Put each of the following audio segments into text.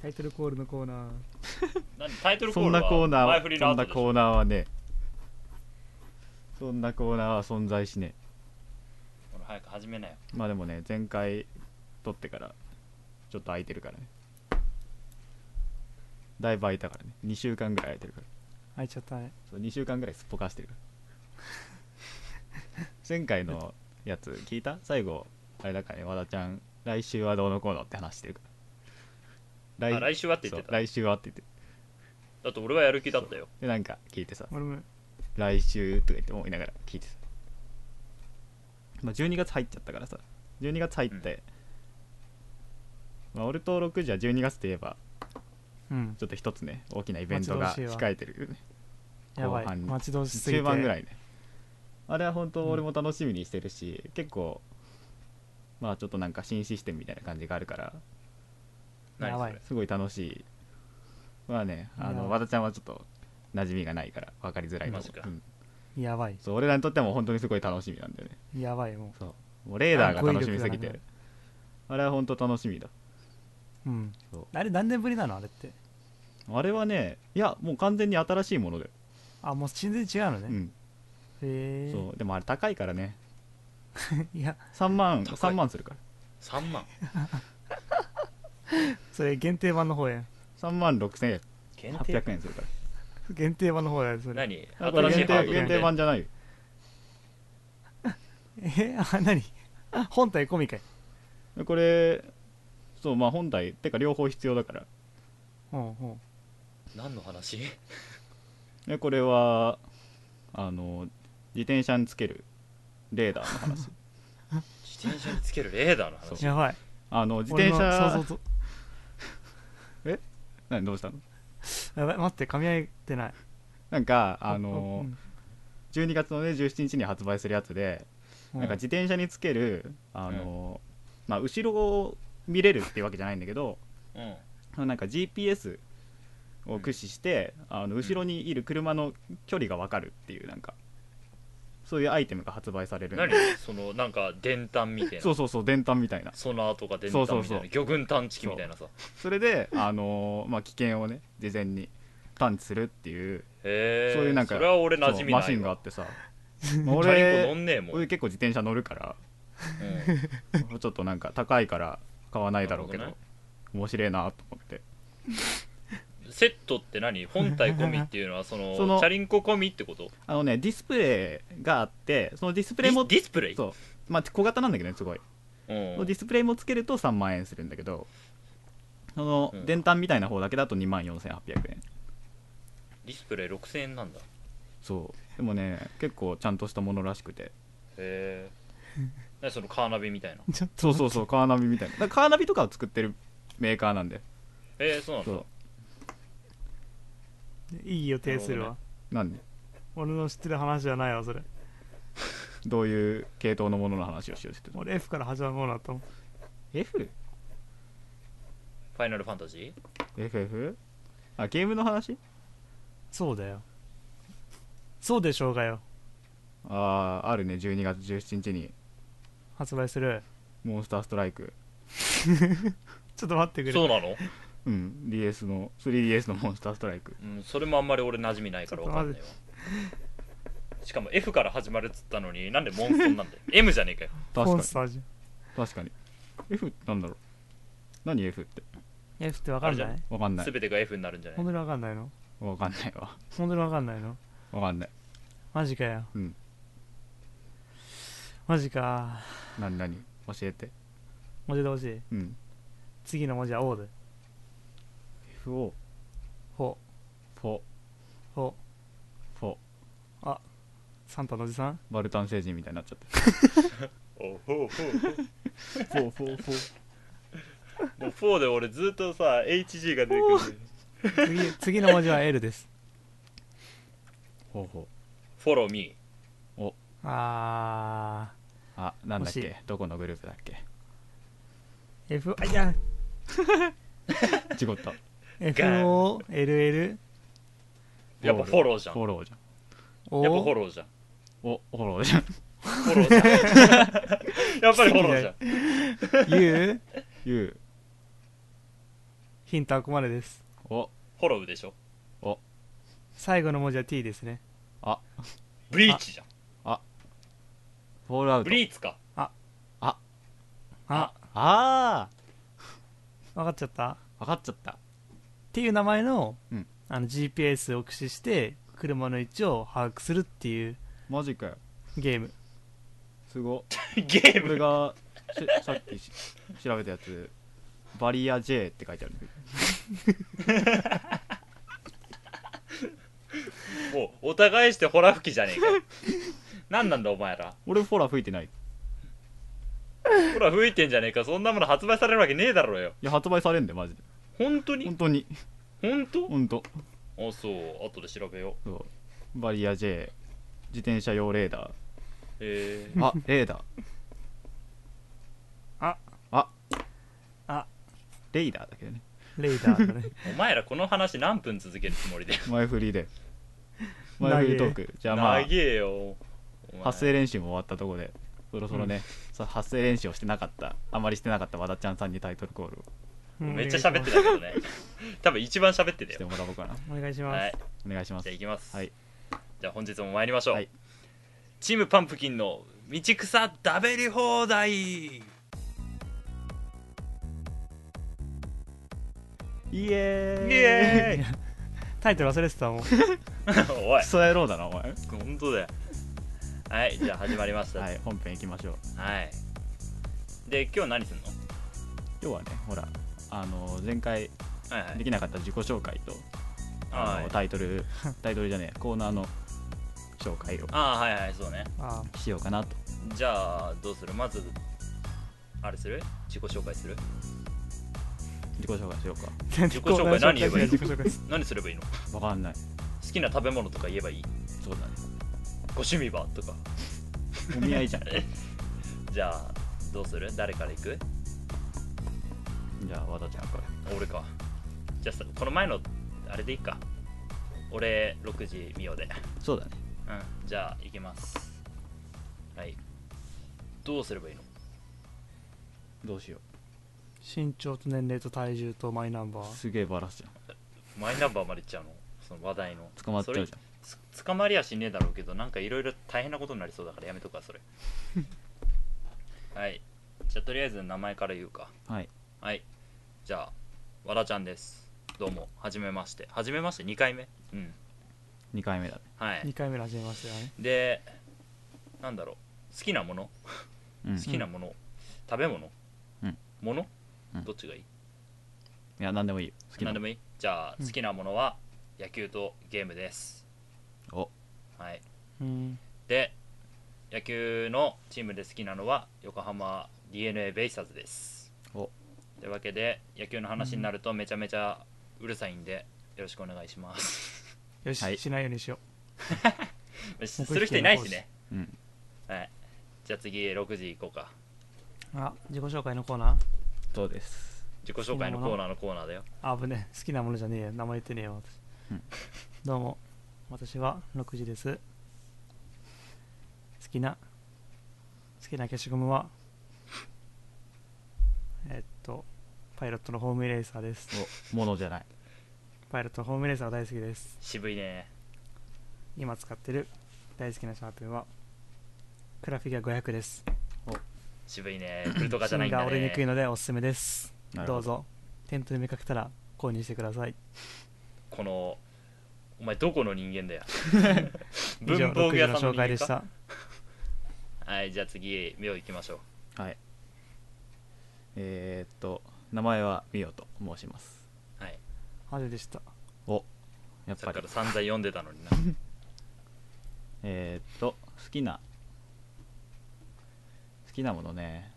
タイトルコールのコーナー何タイトルコそーんルはなコーナ前振りーのそ後んなでしょコーナーはねそんなコーナーは存在しねほら早く始めなよえまあでもね前回撮ってからちょっと空いてるからねだいぶ空いたからね2週間ぐらい空いてるから開いちゃったねそう2週間ぐらいすっぽかしてるから 前回のやつ聞いた最後あれだからね和田ちゃん来週はどうのこうのって話してるからあ来週はって言ってそうた来週はって言ってだって俺はやる気だったよでなんか聞いてさ俺も来週とか言って思いながら聞いてた、まあ、12月入っちゃったからさ12月入って、まあ、俺と6時は12月といえばうんちょっと一つね大きなイベントが待ち遠しいわ控えてるよねやばい後半待ち遠しすぎて中盤ぐらいねあれは本当うん俺も楽しみにしてるし、結構まあちょっとなんか新システムみたいな感じがあるから何やばいそれすごい楽しいまあねいあやの和田ちゃんはちょっと馴染みがないから分かりづらいとマ思ジかう、うんやばいそう俺らにとっても本当にすごい楽しみなんだよねやばいもそうもうレーダーが楽しみあすぎ語彙力がなくなてるあれは本当楽しみだううんそあれ何年ぶりなのあれってうあれはねいやもう完全に新しいものだよ、あもう全然違うのうねんへそうでもあれ高いからねえ いや3万高い3万するから3万それ限定版の方や3万6000円限定800円するから限定版の方やそれ何あこれ新しい限ハー定ドル限定版じゃないよえ あ何本体込みかいこれそうまあ本体てか両方必要だからうんうん何の話でこれはあの自転車につけるレーダーの話自転車につけるレーダーの話やばいあの自転俺の車想像と何どうしたのやばい待って噛み合ってないなんかあうのん12月のね17日に発売するやつでうんなんか自転車につけるあの、まあ、後ろを見れるっていうわけじゃないんだけどうんなんか GPS を駆使して、あの後ろにいる車の距離が分かるっていうなんかそういうアイテムが発売されるんで何そのなんか電炭みたいなそうそうそう電炭みたいなソナーとか電そ炭うみたそういそな魚う群探知機みたいなさへそれで、あのーまあ、危険をね事前に探知するっていう、えそういうなんかそれは俺馴染みないそうマシンがあわっ てさ、まあチャリコ俺乗んねえもん、う俺結構自転車乗るからん、 ちょっとなんか高いから買わないだろうけどなるほ面白いなと思ってセットって何本体込みっていうのはその そのチャリンコ込みってことあのねディスプレイがあってそのディスプデレイィもディスプレイそうまあ小型なんだけどねすごい、うんそのディスプレイもつけると3万円するんだけどそのうん電炭みたいな方だけだと2万4800円ディスプレイ6000円なんだへそうでもね結構ちゃんとしたものらしくてえ何そのカーナビみたいなちょっとそうそ うそうカーナビみたいなだからカーナビとかを作ってるメーカーなんでえー、そうなんだそいい予定するわなるうなんで俺の知ってる話じゃないわそれどういう系統のものの話をしようって言って俺 F から始まるものだと思たファイナルファンタジ FF?FF? あゲームの話そうだよそうでしょうがよあああるね12月17日に発売するモンスターストライクちょっと待ってくれーそうなの、うん DS の 3DS のモンスターストライクうん、それもあんまり俺馴染みないからわかんないわしかも F から始まるっつったのになんでモンストン なんだよ M じゃねえかよコ確かンにスターじ確かに F ってなんだろう何 F ってゃん F ってわかんなあれいわかんない全てが F になるんじゃない本当にわかんないのわかんないわ本当にわかんないのわかんないマジかようんマジか何何教えて文字でほしいうん次の文字は O で FO ほフォほフォサンタのおじさんバルタン星人みたいになっちゃっおほうほうほうてフォフォフォもう4で俺ずっとさ HG が出てくる次 次の文字は L ですフォフォフォローミああなんだっ惜しけどこのグループだっけー F あいや違った FOLL ーやっぱフォローじゃんフォローじゃんおやっぱフォローじゃんおフォローじゃんフォローじゃん やっぱりフォローじゃん U U ヒントはここまでですおホロウでしょ最後の文字は T ですねブリーチじゃんフォールアウブトリーツかああ分かっちゃったっあ分かっちゃったていう名前の,、うんあの GPS を駆使して車の位置を把握するっていうマジかよゲームすごゲー俺ムがしさっきし調べたやつバリア J って書いてあるもうお互いしてホラ吹きじゃねえかよ 何なんだお前ら俺フォラ吹いてないいホラ吹いてんじゃねえかそんなもの発売されるわけねえだろうよや発売されんでマジで本当に本当に本当本当あそう後で調べようそうバリア J 自転車用レーダえーーあレーダーあああレーダーだけどねレーダーだ ねお前らこの話何分続けるつもりで前振りで前振りトークじゃあまあ長えよお前発声練習も終わったとこでそろそろね、そう発声練習をしてなかったあまりしてなかった和田ちゃんさんにタイトルコールをめっちゃ喋ってたけどね多分一番喋ってたしよてもらおうかなお願いします、はいお願いしますじゃあ行きます、はいじゃあ本日も参りましょう、はいチームパンプキンの道草食べり放題 イエーイイエーイ タイトル忘れてたも んおいクソ野郎だなお前本当だよはいじゃあ始まりましたは、はいい本編行きましょうで今日何すんの今日はねほらあの前回はいはいできなかった自己紹介と、あのはいタイトル タイトルじゃねえコーナーの紹介をあーはいはいそうねあしようかなとじゃあどうするまずあれする自己紹介する自己紹介しようかあ自己紹介何言えばいいの自己紹介です何すればいいの好わかんないきな食べ物とか言えばいいそうだねご趣味はとかお見合 いじゃんじゃあどうする誰から行くじゃあ和田ちゃんから俺かじゃあさこの前のあれでいいか俺6時見ようでそうだねうんじゃあ行きますはいどうすればいいのどうしよ身長と年齢と体重とマイナンバうーすげえバラすじゃんマイナンバーまでいっちゃうのその話題の捕まっちゃうじゃんそれつ捕まりやしねえだろうけどなんかいろいろ大変なことになりそうだからやめとくわ それはいじゃあとりあえず名前から言うかはいはいじゃあ和田ちゃんですどうもはじめましてはじめまして2回目うん2回目だねはい2回目の始めましたよねでなんだろう好きなものうん好きなもの、食べ物、うんもの、うんどっちがいいいや何でもいいよ好きな何でもいいじゃあう好んきなものは野球とゲームです、おはいうんで野球のチームで好きなのは横浜 d n a ベイスターズですおというわけで野球の話になるとめちゃめちゃうるさいんでよろしくお願いします よし、はいしないようにしよする人いないしねうんはいじゃあ次6時行こうかうあ自己紹介のコーナそうです自己紹介の好きなもコーのナーのコーナーだよーあぶね好きなものじゃねえよ名前言ってねえよ私、うんどうも私は6時です好きな好きな消しゴムはえっとパイロットのホームレーサーですおものじゃないパイロットのホームレーサーが大好きです渋いね今使ってる大好きなシャーペンはクラフィギュア500です渋いねプルとかじゃない芯んだが折れねにくいのでおすすめですなるほどうぞ店頭で見かけたら購入してくださいこのお前どこの人間だよ 以上文房6時具屋のさ紹んの人間介でしかたはいじゃあ次妙行きましょうはいえー、っと名前はみよと申しますはいはずでしたおやっさぱっきかりら散々読んでたのになえー、っと好きな好きなものね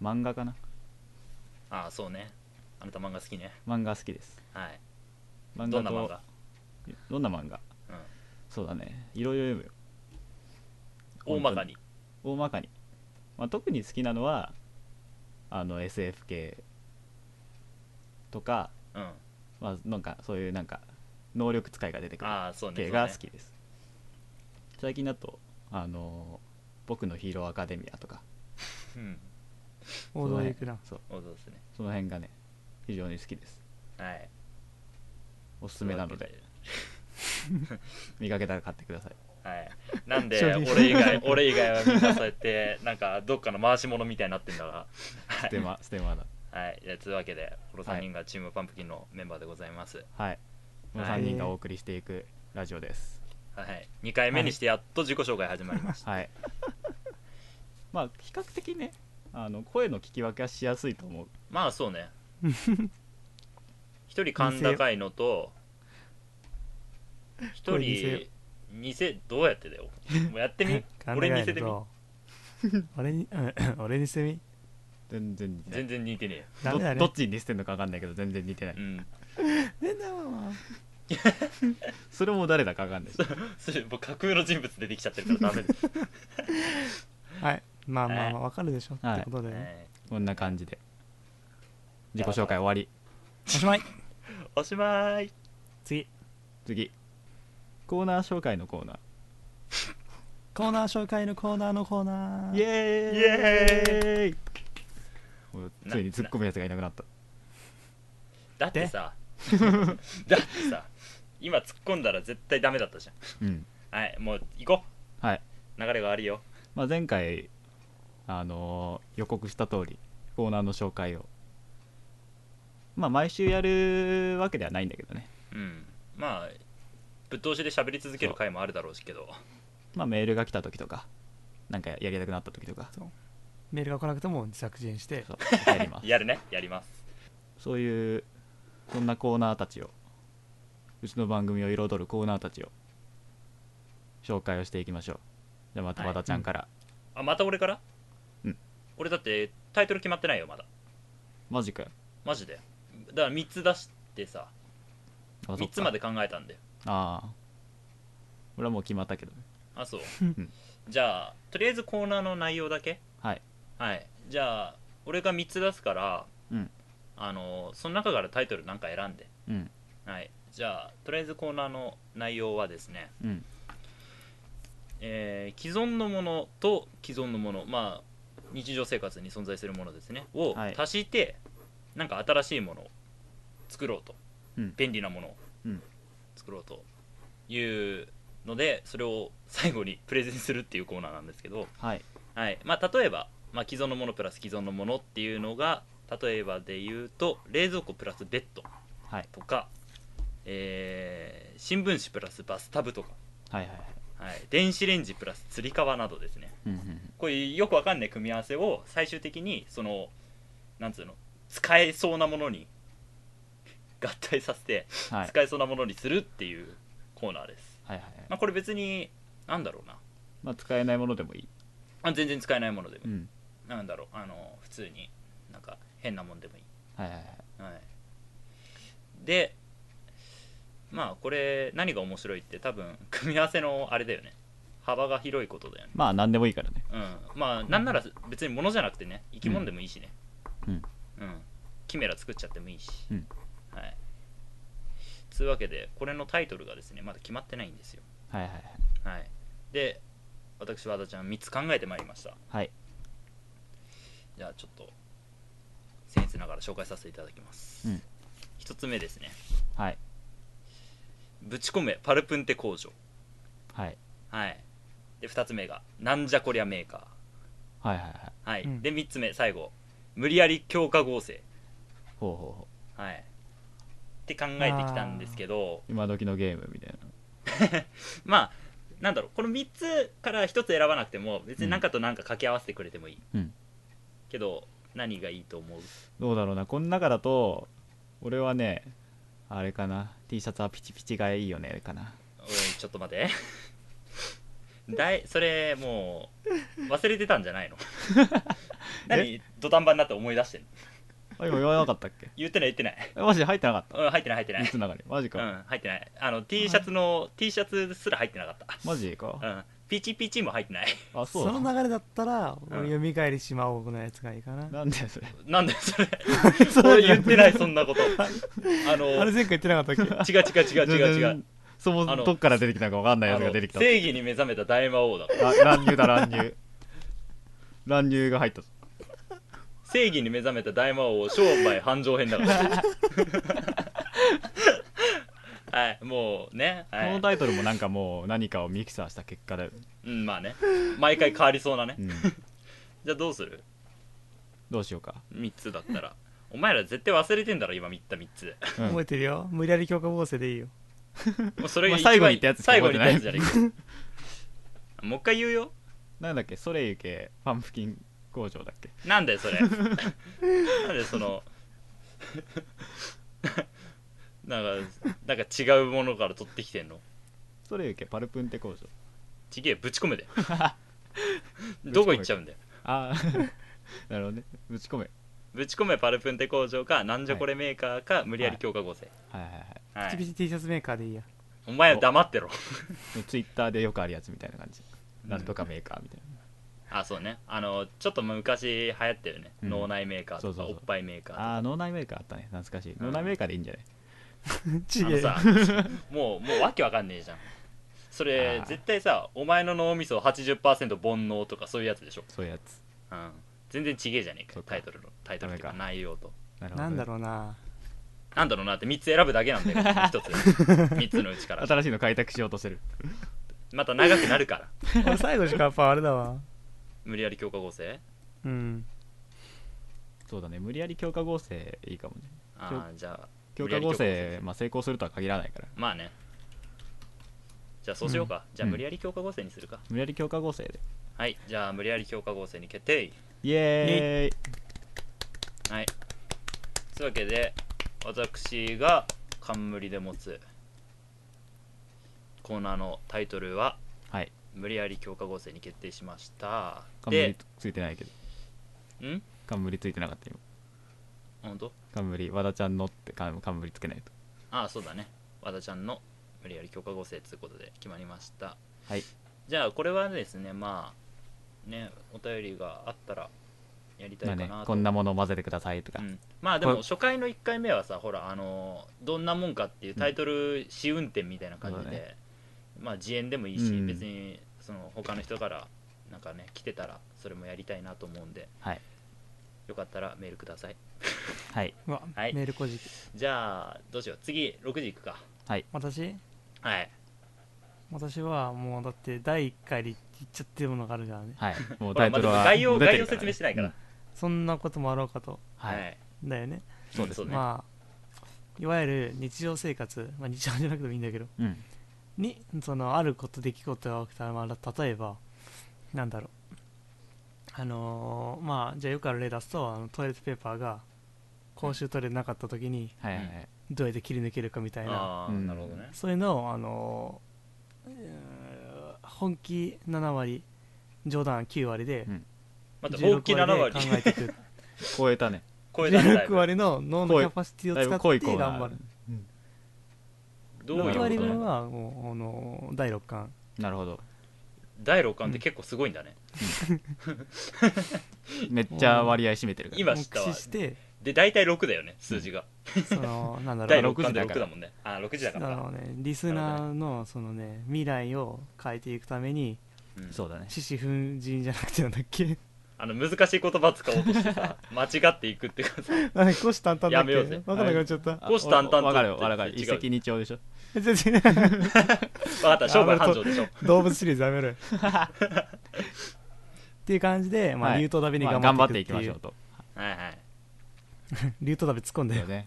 漫画かなああそうねあなた漫画好きね漫画好きですはい漫ど画んな漫画どんな漫画うんそうだねいろいろ読むよ大まかに大まかに、まあ、特に好きなのはあの SF 系とか、うんまあ、なんかそういうなんか能力使いが出てくるああそうね系が好きです、最近だとあの僕のヒーローアカデミア」とかそうねうん王道行くなそうそうですねその辺がね非常に好きですはいおすすめなので見かけたら買ってくださいはい、なん で承認俺以外俺以外はみんなそうやって なんかどっかの回し物みたいになってんだかステ マステマだら、はい、いやというわけでこの3人がチームパンプキンのメンバーでございます、はいこのはい3人がお送りしていくラジオですはい、2回目にしてやっと自己紹介始まりました、はい まあ比較的ねあの声の聞き分けはしやすいと思うまあそう ね1人甲高いのとこれ偽よ1人偽どうやってだよもうやっ てみ俺に偽でみ俺に、うん俺にせみ。全然似てない全然似てねダメだね。どどっちに似せてんのか分かんないけど全然似てないえよ、うん、変だわ。それも誰だか分かんないしそれ僕架空の人物出てきちゃってるから ダメです、はい。まあまあまあ、わかるでしょ。はっいてことではね。いこんな感じで自己紹介終わりおしまい。おしまい次。次コーナー紹介のコーナコーナー紹介のコーナーのコーナーー。イエーイイエーイついに突っ込むやつがいなくなっただっ てさだってさ今突っ込んだら絶対ダメだったじうんゃんはいもう行こはい、う流れがあるよまあ、前回あのー予告した通りコーナーの紹介をまあ毎週やるわけではないんだけどねうんまあぶっ通しで喋り続ける回もあるだろうしけどまあメールが来た時とかなんかやりたくなった時とかメールが来なくても削減して、そうやりますやるねやりますそういうそんなコーナーたちをうちの番組を彩るコーナーたちを紹介をしていきましょうじゃあまたはい和田ちゃんから、あまた俺からうん俺だってタイトル決まってないよまだマジかよマジでだから3つ出してさあ3つまでで考えたんでああ俺はもう決まったけどねあそうんじゃあとりあえずコーナーの内容だけはいはいじゃあ俺が3つ出すから、うんあのその中からタイトルなんか選んでうんはい、じゃあとりあえずコーナーの内容はですね、うんえー既存のものと既存のものまあ日常生活に存在するものですねをはい足して、なんか新しいものを作ろうと、うん便利なものをうん作ろうというのでそれを最後にプレゼンするっていうコーナーなんですけど、はいはいまあ、例えば、まあ、既存のものプラス既存のものっていうのが例えばで言うと冷蔵庫プラスベッドはいとか、えー新聞紙プラスバスタブとか、はいはいはいはい、電子レンジプラスつり革などですねうんうんうんこういうよくわかんない組み合わせを最終的にそのなんつうの使えそうなものに合体させて、はい使えそうなものにするっていうコーナーです、はいはいはいまあ、これ別になんだろうなまあ使えないものでもいいあ全然使えないものでも、うんなんだろうあの普通になんか変なもんでもいいはいはいはいはい、でまあこれ何が面白いって多分組み合わせのあれだよね幅が広いことだよねまあ何でもいいからねうんまあなんなら別に物じゃなくてね生き物でもいいしねうんうんキメラ作っちゃってもいいし、うんはいつうわけでこれのタイトルがですねまだ決まってないんですよはいはいはいはいで私和田ちゃん3つ考えてまいりましたはいじゃあちょっと僭越ながら紹介させていただきます、うん1つ目ですねはいぶち込めパルプンテ工場はいはいで2つ目がなんじゃこりゃメーカはいはいはいーはい、うんで3つ目最後無理やり強化合成ほうほうほはいって考えてきたんですけどう今時のゲームみたいなまあなんだろうこの3つから1つ選ばなくても別に何かと何か掛け合わせてくれてもいい、うんけど何がいいと思うどうだろうなこの中だと俺はねあれかな T シャツはピチピチがいいよねかなおいちょっと待って だいそれもう忘れてたんじゃない の何土壇場になって思い出してんのあ今言わなかったっけ 言ってない言ってないえマジで入ってなかっうん入ってない入ってたない3つの中にマジうか、ん入ってないあの T シャツの T シャツすら入ってなかっマジかた、うん、ピチピチも入ってないあそうそだの流れだったら、ん俺読み返りしまおうのやつがいいかな。なんでそれなんだよそれ そ俺言ってないそんな ことあのあれ前回言ってなかったっけ違う違う違う違う違うそもそあのもどっから出てきたか分かんないやあつのが出てきた正義に目覚めた大魔王だからあ乱入だ乱入乱入が入ったぞ 正義に目覚めた大魔王商売繁盛編だからそうね、はいこのタイトルもなんかもう何かをミキサーした結果で、うんまあね毎回変わりそうなね、うん、じゃあどうするどうしようか、 3つだったらお前ら絶対忘れてんだろ今言った3つうん覚えてるよ無理やり強化合成でいいよもうそれがまあ最後に言一番ったやつしか最後覚えに言てったないやつじゃないかもう一回言うよなんだっけソレイユ系パンプキン工場だっけなんだよそれなんでそのなんかなんか違うものから取ってきてんのソレイユ系パルプンテ工場ちげえぶち込め でどこ行っちゃうんだよああ なるほどねぶち込めぶち込めパルプンテ工場かなんじゃこれメーカーか、無理やり強化合成、はいはいはいはいピチピチ T シャツメーカーでいいやお前は黙ってろツイッターでよくあるやつみたいな感じうんなんとかメーカーみたいあそうねあのちょっと昔流行ったよね、うん脳内メーカーとそうそかうそおうっぱいメーカーとな、あかあ脳内メーカーあったね懐かしいうん脳内メーカーでいいんじゃない、 ちげえあのさ もうもうわけわかんねえじゃんそれあー絶対さお前の脳みそ80%煩悩とかそういうやつでしょ、そういうやつうん、全然ちげえじゃねえかそっかタイトルのタイトルというかダメ内容となるほどね、なんだろうななんだろうなって3つ選ぶだけなんだ よ1つ3つのうちから新しいの開拓しようとしてるまた長くなるから俺最後しかやっぱあれだわ無理やり強化合成うんそうだね無理やり強化合成いいかもねああじゃあ強無化合理やり強成、まあ、成功するとは限らないからまあねじゃあそうしようか、じゃあうん無理やり強化合成にするか、無理やり強化合成ではいじゃあ無理やり強化合成に決定イエーイはいというわけで私が冠で持つコーナーのタイトルははい無理やり強化合成に決定しました冠でついてないけどん冠ついてなかった今本当冠和田ちゃんのって冠冠つけないとああそうだね和田ちゃんの無理やり強化合成ということで決まりましたはいじゃあこれはですねまあねお便りがあったらやりたいまあかなねと、こんなものを混ぜてくださいとか、うん、まあでもこれ初回の1回目はさほらあのーどんなもんかっていうタイトル試運転みたいな感じそうだで、ねまあ自演でもいいし、うん別にその他の人からなんかね来てたらそれもやりたいなと思うんではいよかったらメールくださいはい、うわ、はいメール小じきじゃあどうしよう次6時行くか私はい私はもうだって第1回で言っちゃってるものがあるからねはい、も ほらうタイトルはまだ概要もう出てる概要説明してないからうんそんなこともあろうかとはい、だよねそうですねまあまあいわゆる日常生活、まあ、日常じゃなくてもいいんだけどうんにそのあること出来事が起きたら、まあ、例えばなんだろうあのーまあじゃあよくある例出すとあのトイレットペーパーが公衆トイレなかった時にはいはいはいどうやって切り抜けるかみたいなあーうんなるほどねそういうのを、あのーうー本気7割冗談9割でうんまた大16きな7割割で考えていく 超えたね超えたんだい16ぶ割の脳のキャパシティだいぶを濃使っいコてーナ頑張ーるどういう6こ割とな分のはもうあの第6巻なるほど第6巻って結構すごいんだねめっちゃ割合占めてるから今目知ったわ視してで大体6だよね数字がそのなんだろ第う な6巻で6 6だもんねあ6時だからあかのねリスナーのそのね未来を変えていくためにうんそうだね獅子奮陣じゃなくてなんだっけ あの難しい言葉使おうとしてさ間違っていくっていうかさあれ虎視眈々だやっめけようぜ分かんなくなっちゃった虎視眈々とあわかるよわかる違う一石二鳥でしょ 全然分かった商売繁盛でしょ動物シリーズやめろよっていう感じで、まあ、はい竜頭ダビにまあ頑頑張張っってていいきくっまていしうょうとはいはい 竜頭ダビ突っ込んだでよっね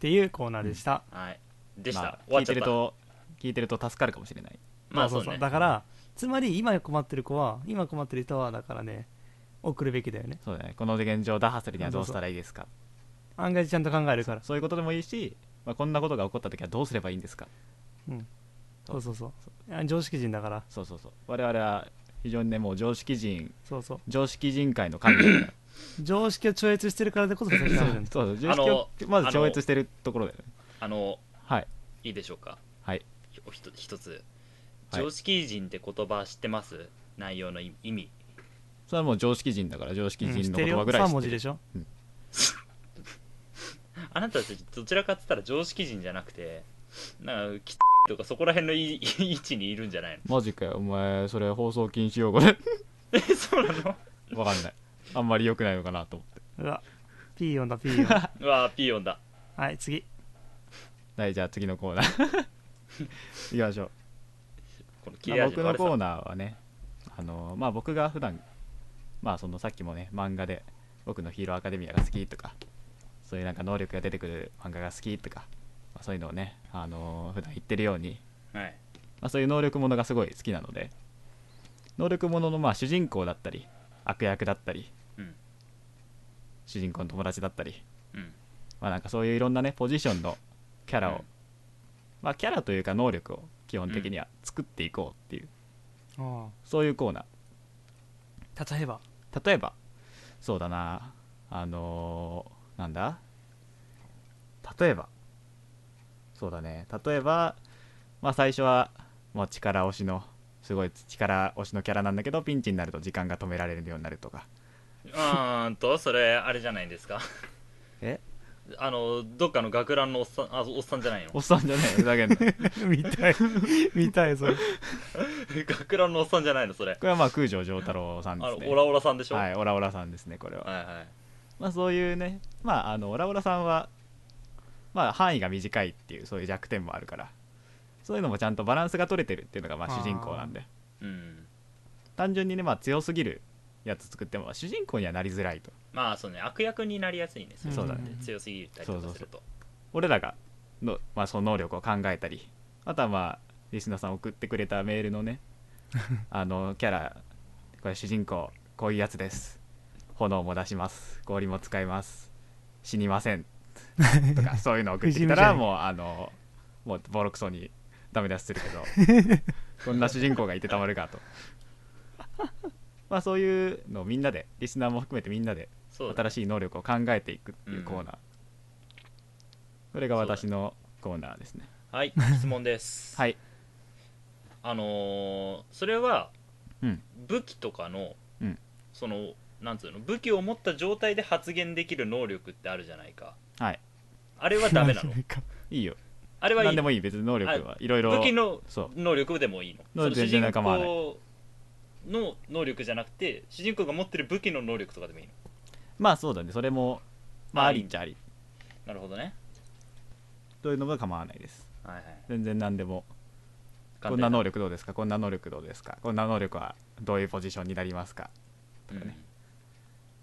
ていうコーナーでした、はいでした、まあ終わ聞っいちゃってるたと聞いてると助かるかもしれないまあそうねだからつまり今困ってる子は今困ってる人はだからね送るべきだよねそうだねこの現状を打破するにはどうしたらいいですか案外ちゃんと考えるからそういうことでもいいし、まあ、こんなことが起こった時はどうすればいいんですかうんそうそうそうあ常識人だからそうそうそう我々は非常にねもう常識人そうそう常識人会の神だか 常識を超越してるからでこそ先生らあるじゃんそうそう常識をまず超越してるところだよねあのはいいいでしょうかはいひひと一つはい常識人って言葉知ってます、内容の意意味それはもう常識人だから常識うん知人っのてる言葉よぐらい3知っ文て字るでしょあなたたちどちらかって言ったら常識人じゃなくてなんかきとかそこら辺のい 位置にいるんじゃないのマジかよお前それ放送禁止用語でえそうなの わかんないあんまり良くないのかなと思って うわピーヨンだピーヨンうわーピーヨンだはい次はいじゃあ次のコーナー 行きましょうこの切まれあ味僕のの悪さコーナーはねあのまあ僕が普段まあそのさっきもね漫画で僕のヒーローアカデミアが好きとかそういうなんか能力が出てくる漫画が好きとか、まあ、そういうのをねあの普段言ってるように、はいまあ、そういう能力ものがすごい好きなので能力もののまあ主人公だったり悪役だったりうん主人公の友達だったりうんまあなんかそういういろんなねポジションのキャラを、うんまあキャラというか能力を基本的には作っていこうっていう、あそういうコーナーあ例えば例えばそうだなあのーなんだ例えばそうだね例えばまあ最初はもう力押しのすごい力押しのキャラなんだけどピンチになると時間が止められるようになるとかあーんとそれあれじゃないですかえあのどっかの学ランのおっさんあおっさんじゃないのおっさんじゃねえよふざけんなこ 見た い見たいそれ 学ランのおっさんじゃないのそれれはまあ空城城太郎さあんでのすねオラオラさんでしょ、はいオラオラさんですねこれは、はいはいまあそういうねまああのオラオラさんはまあ範囲が短いっていうそういう弱点もあるからそういうのもちゃんとバランスが取れてるっていうのがまあ主人公なんでうん単純にねまあ強すぎるやつ作っても主人公にはなりづらいとまあそうね悪役になりやすいんですよそうだねね強すぎたりとかすると俺らがの、まあ、その能力を考えたりあとはまあリスナーさん送ってくれたメール のねあのキャラこれ主人公こういうやつです炎も出します氷も使います死にません とかそういうの送ってき不死身じゃねたらえかもうあのもうボロクソにダメ出しするけど こんな主人公がいてたまるかとまあそういうのをみんなでリスナーも含めてみんなでそうだね新しい能力を考えていくっていうコーナー、それが私のコーナーですねはい 質問ですはいあのーそれはうん武器とかの、うんそのなんつうの武器を持った状態で発言できる能力ってあるじゃないかはいあれはダメ なのなんかいいよあれはい何いでもいい別に能力はいろいろ武器のそう能力でもいいののその主全人然構わない公の能力じゃなくて主人公が持ってる武器の能力とかでもいいのまあそうだねそれもまあはあいりっちゃありなるほどねというのが構わないですはいはい全然何でもこんな能力どうですかこんな能力どうですかこんな能力はどういうポジションになりますか簡単だね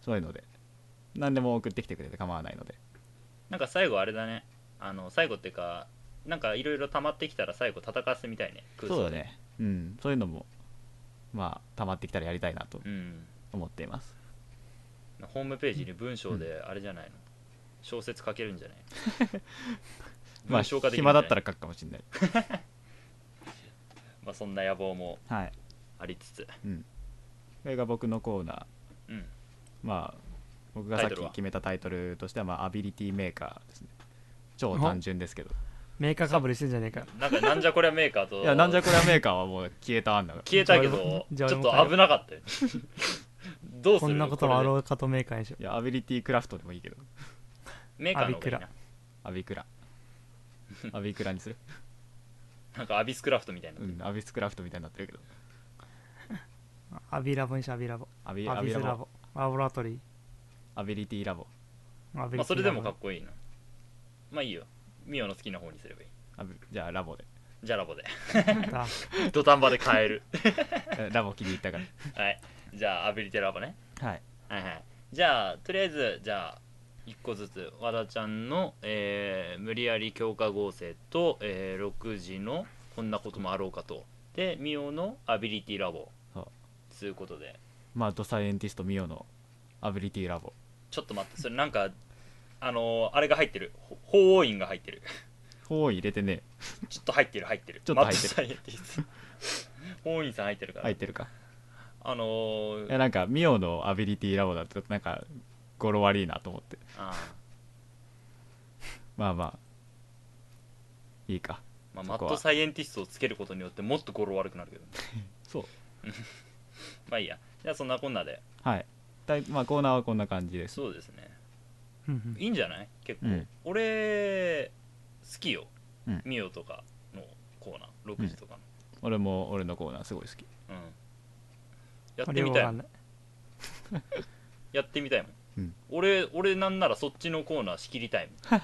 そういうので何でも送ってきてくれて構わないのでうんなんか最後あれだねあの最後っていうかなんかいろいろ溜まってきたら最後戦わせてみたいね空想そうだねうんそういうのもまあ溜まってきたらやりたいなとうん思っていますホームページに文章であれじゃないの、小説書けるんじゃないまあ文章化できるんじゃな暇だいったら書くかもしれないまあそんな野望もはいありつつうん、これが僕のコーナーうんまあ僕がさっタイトルきは決めたタイトルとしては、まあ、アビリティメーカーですね超単純ですけどメーカーかぶりしてんじゃねえかなんかなんじゃこりゃメーカーといや なんじゃこりゃメーカーはもう消えた案だから消えたけどちじょゃっあと危なかったよどうすこるんなこともあろうかとメーカーにしよいやアビリティクラフトでもいいけどれメーカーの方がいいアビなアビ クラアビクラにする、なんかアビスクラフトみたいな、うん、アビスクラフトみたいになってるけどうアビラボにしようアビラボアビアアビビスララボボラボラトリアビリティラボーアビリティラボまあ、それでもかっこいいなまあいいよミオの好きな方にすればいいアビじゃあラボで じゃラボであ土壇場で変えるえラボ気に入ったかはいじゃあアビリテラボねらはいはいはいじゃあとりあえずじゃあ1個ずつ和田ちゃんの、えー無理やり強化合成と、えー6時のこんなこともあろうかとでミオのアビリティラボそうということでまあドサイエンティストミオのアビリティラボちょっと待ってそれなんかあのーあれが入ってるほ法王院が入ってる ほう入れてねちょっと入ってる入ってるちょっと入ってマッるドサイエンティスト法王院さん入ってるから、入ってるかあのーいやなんかミオのアビリティラボだとなんか語呂悪いなと思ってあーまあまあいいかまあ、マそこはッドサイエンティストをつけることによってもっと語呂悪くなるけど、ね、そうまあいいやじゃあそんなこんなではいだいまあコーナーはこんな感じですそうですねうんうんいいんじゃない結構、うん俺好きよ、うんミオとかのコーナー6時とか俺も俺のコーナーすごい好きの、うんやってみ俺たいはわかもんんないやってみたいもん、うん俺俺なんならそっちのコーナー仕切りたいもん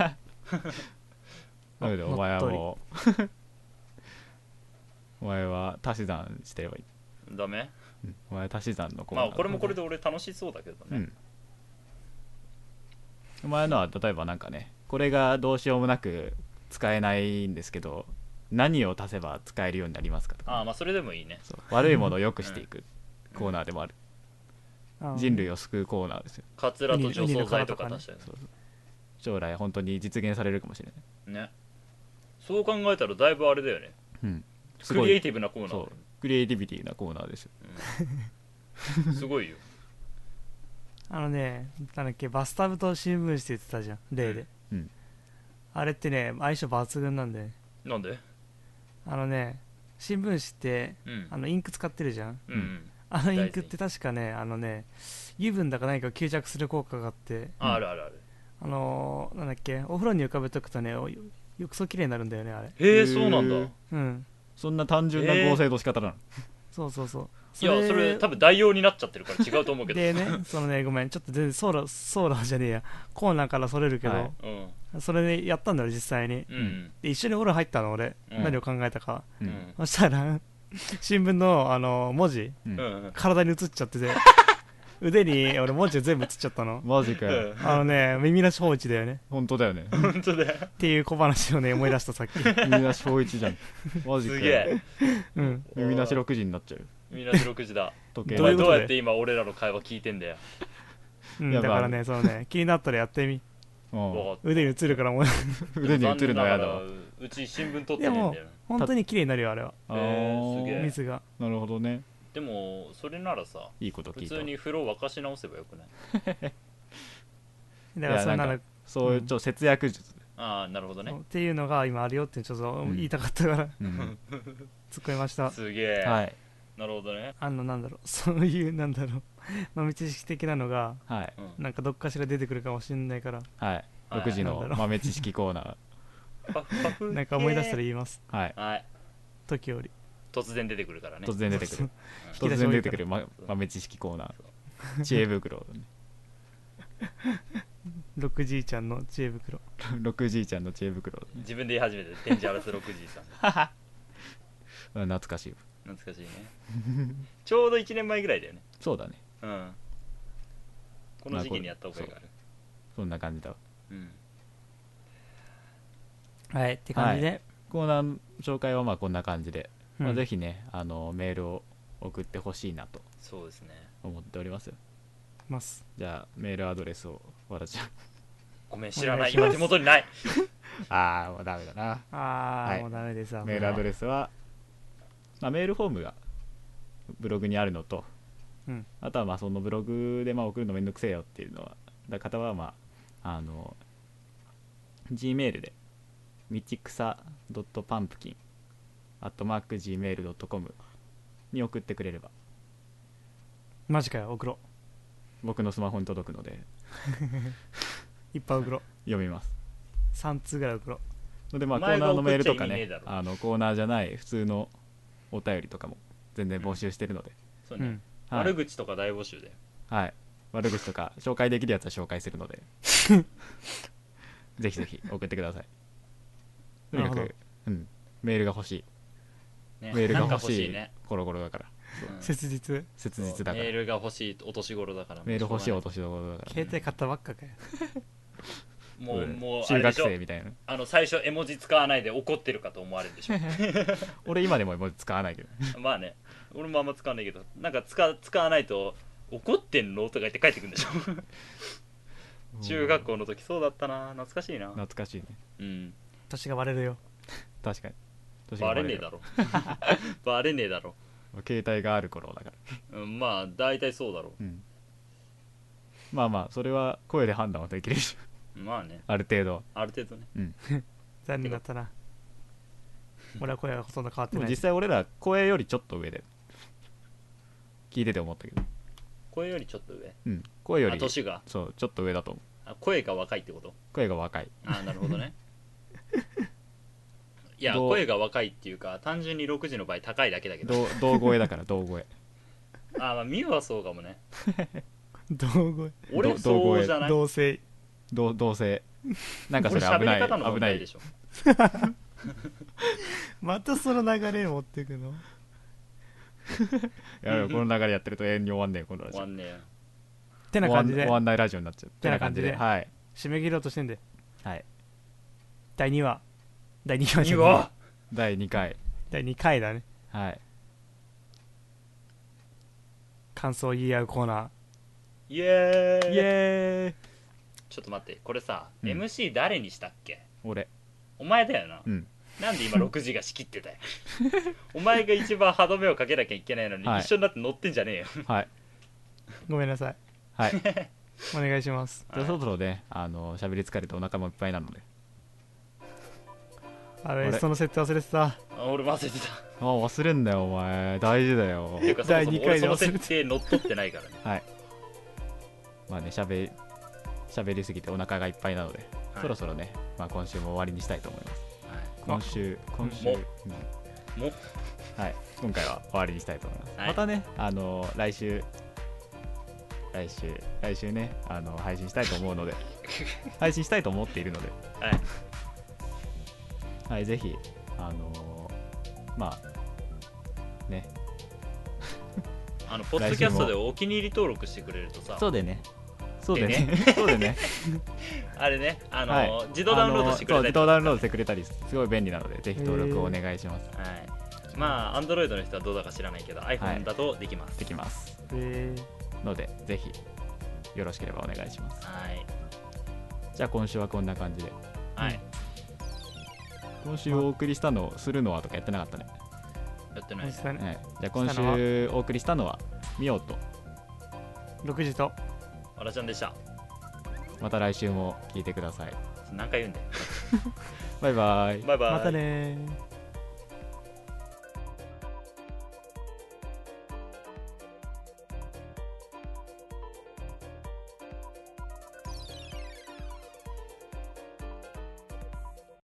なのであお前は乗っもうお前は足し算してればいい、ダメうんお前は足し算のコーまナーあこれもこれで俺楽しそうだけどうね、んお前のは例えばなんかねこれがどうしようもなく使えないんですけど何を足せば使えるようになりますかとかね、ああまあそれでもいいねそう悪いものを良くしていくコーナーでもある、あー人類を救うコーナーですよカツラと除草剤とか出したよねそうそう将来本当に実現されるかもしれない、ねそう考えたらだいぶあれだよねうん、すクごいリエイティブなコーナーそうクリエイティビティなコーナーですよだよすごいよあのねなんだっけバスタブと新聞紙って言ってたじゃん例で、うんあれってね相性抜群なんで、ね、なんであのね新聞紙ってうんあのインク使ってるじゃんうんあのインクって確かねあのね油分だか何かを吸着する効果があってああるあるあるあのーなんだっけお風呂に浮かべとくとねお浴槽きれいになるんだよねあれへえそうなんだへいーうんそんな単純な合成の仕方なの、そうそうそうやそれ多分代用になっちゃってるから違うと思うけどでねそのねごめんちょっと全然ソーラソーラじゃねえやコーナーからそれるけど、はいうんそれでやったんだよ実際にうんで一緒にお風呂入ったの俺、うん何を考えたかううんんそしたら新聞のあの文字うんうん体に映っちゃってて腕に俺文字全部映っちゃったのマジかよ、うん あのね耳なし放置だよね本当だよね本当だよっていう小話をね思い出したさっきみんな小一じゃんマジすかよげえうん耳なし6時になっちゃうみんな6時だ時計おどうい前うどこうとやって今俺らの会話聞いてんだようん、やだばいからね、そのね、気になったらやってみ。うんわかっ腕に映るからもう、た腕に映るのは嫌だ残わ念ながらうち新聞取ってねえんだよな本当に綺麗になるよ、あれは。あーすげえー水が。なるほどねでもそれならさいいこと聞普いた通わに風呂沸かし直せばよくないだからそんなの、いやそういうちょっと節約術、ああなるほどそねうっていうのが今あるよってちょっとん言いたかったから、うん突っ込みました。すげえ、はいなるほどねあの、なんだろう、そういう、なんだろう、豆知識的なのが、はいうんなんかどっかしら出てくるかもしれないから、はいはい6時なのんだろう豆知識コーナパフパフなんか思い出したら言います、ーはいはい時折。突然出てくるからね突然出てくる引き突出し然多出いてかくらる、ま、豆知識コーナー知恵袋6じいちゃんの知恵袋。 6じいちゃんの知恵袋自分で言い始めて「天地荒らす6時さん」うん懐かしい懐かしいね ちょうど1年前ぐらいだよねそうだねうんこの時期にやった覚えがあるそんな感じだわうんはい、って感じで。コーナーの紹介はまあこんな感じで、まうあ、んぜひねあのメールを送ってほしいなとそうですね思っておりますよます。じゃあメールアドレスをわらちゃん ごめん知らおな願いいします今手元にないああもうダメだなあー、はいもうダメですわ。メールアドレレスは、まあ、メールフォームがブログにあるのと、うんあとはまあそのブログでまあ送るのめんどくせえよっていうのはだ方はまああの G メールで道草 .pumpkin アットマーク Gmail.com に送ってくれればマジかよ、送ろう。僕のスマホに届くのでいっぱい送ろう。読みます3通ぐらい送ろう。のでまあおコー前ナがーのメールと送かっちゃ意味ねえねだろあのコーナーじゃない普通のお便りとかも全然募集してるので、そううねん。はい悪口とか大募集ではい。悪口とか紹介できるやつは紹介する ので、ぜひぜひ送ってください。とにかなるく、うん、メールが欲しい。ねメールがなんか欲しい。ねコロコロだから。うん切実。切そう実だから。メーメルが欲しいお年頃だからール欲しいもおう年頃だから。携帯買ったばっかかよ。もううんもうあ中れで学しょ生みたいな。あの最初絵文字使わないで怒ってるかと思われるで しょ俺今でももう使わないけど。まあね俺もあんま使わないけどなんか使使わないと怒ってんのとか言って帰ってくるんでしょ 中学校の時そうだったな懐かしいな懐かしいね。うん年が割れるよ。確かに。年がバレバねレえるだろ バレねえだろ、携帯がある頃だから。うん、まあ大体そうだろうん。まあまあ、それは声で判断はできるでしょ。 まあねある程度。ある程度ねうん。残念だったな。俺は声はほとんど変わってでもない実。際俺ら声よりちょっと上で聞いてて思ったけど、声よりちょっと上うん、声よあり年がそうちょっと上だと思うあ声が若いってこと声が若いあなるほど ねいやどう声が若いっていうか単純に6時の場合高いだけだけどどう 同声だから同声あまあ美はそうかもね同声。俺ど同そう声じゃない同性。 同同性なんかそ俺れ危喋なり方のい危問な題でいしょまたその流れ持ってくのやべえこの流れやってると永遠に終わんねえこのラジ終オわんねえてな終わん感じで終わんないラジオになっちゃうてな感じでてな感はい締め切ろうとしてんではい第2話第2話じ2ゃない話第2回第2回だねはい感想を言い合うコーナーイエーイイエーイちょっと待ってこれさ、うん MC 誰にしたっけ俺お前だよな、うんなんで今6時が仕切ってたよお前が一番歯止めをかけなきゃいけないのに、はい一緒になって乗ってんじゃねえよ はいごめんなさいはいじお願いしますゃあそろそろねあの喋り疲れてお腹もいっぱいなのでああれれその設定忘れてたあ俺忘れてたあ忘れんだよお前大事だよっていうかそもそ第も二回俺でその忘れて設定乗っ取ってないからね、まあね喋喋りすぎてお腹がいっぱいなので、はいそろそろね、まあ、今週も終わりにしたいと思いますは今週今週、もうんい、もうはい今回は終わりにしたいと思います、はいまたねあの来週来週来週ねあの配信したいと思う ので配信したいと思っているのではいはい、ぜひ、あのーまあ、ね、あのポッドキャストでお気に入り登録してくれるとさうでね、そうででね、 そうでね、あれね あの、はい自動ダウンロードしてくれあのたりーそう自動ダウンロードしてくれたり、すごい便利なので、ぜひ登録をお願いします。はい、まあ Android の人はどうだか知らないけど iPhone だとできますできます。えので、ぜひ、よろしければお願いします。はいじゃあ、今週はこんな感じで、はい、今週お送りしたの、するのはとかやってなかったね。やってー、ない実際ねはい、じゃあ、今週お送りしたのは、みおと、 6時とわらちゃんでしたまた来週も聞いてください。何回言うんだよバイバイ。バイバイまたねー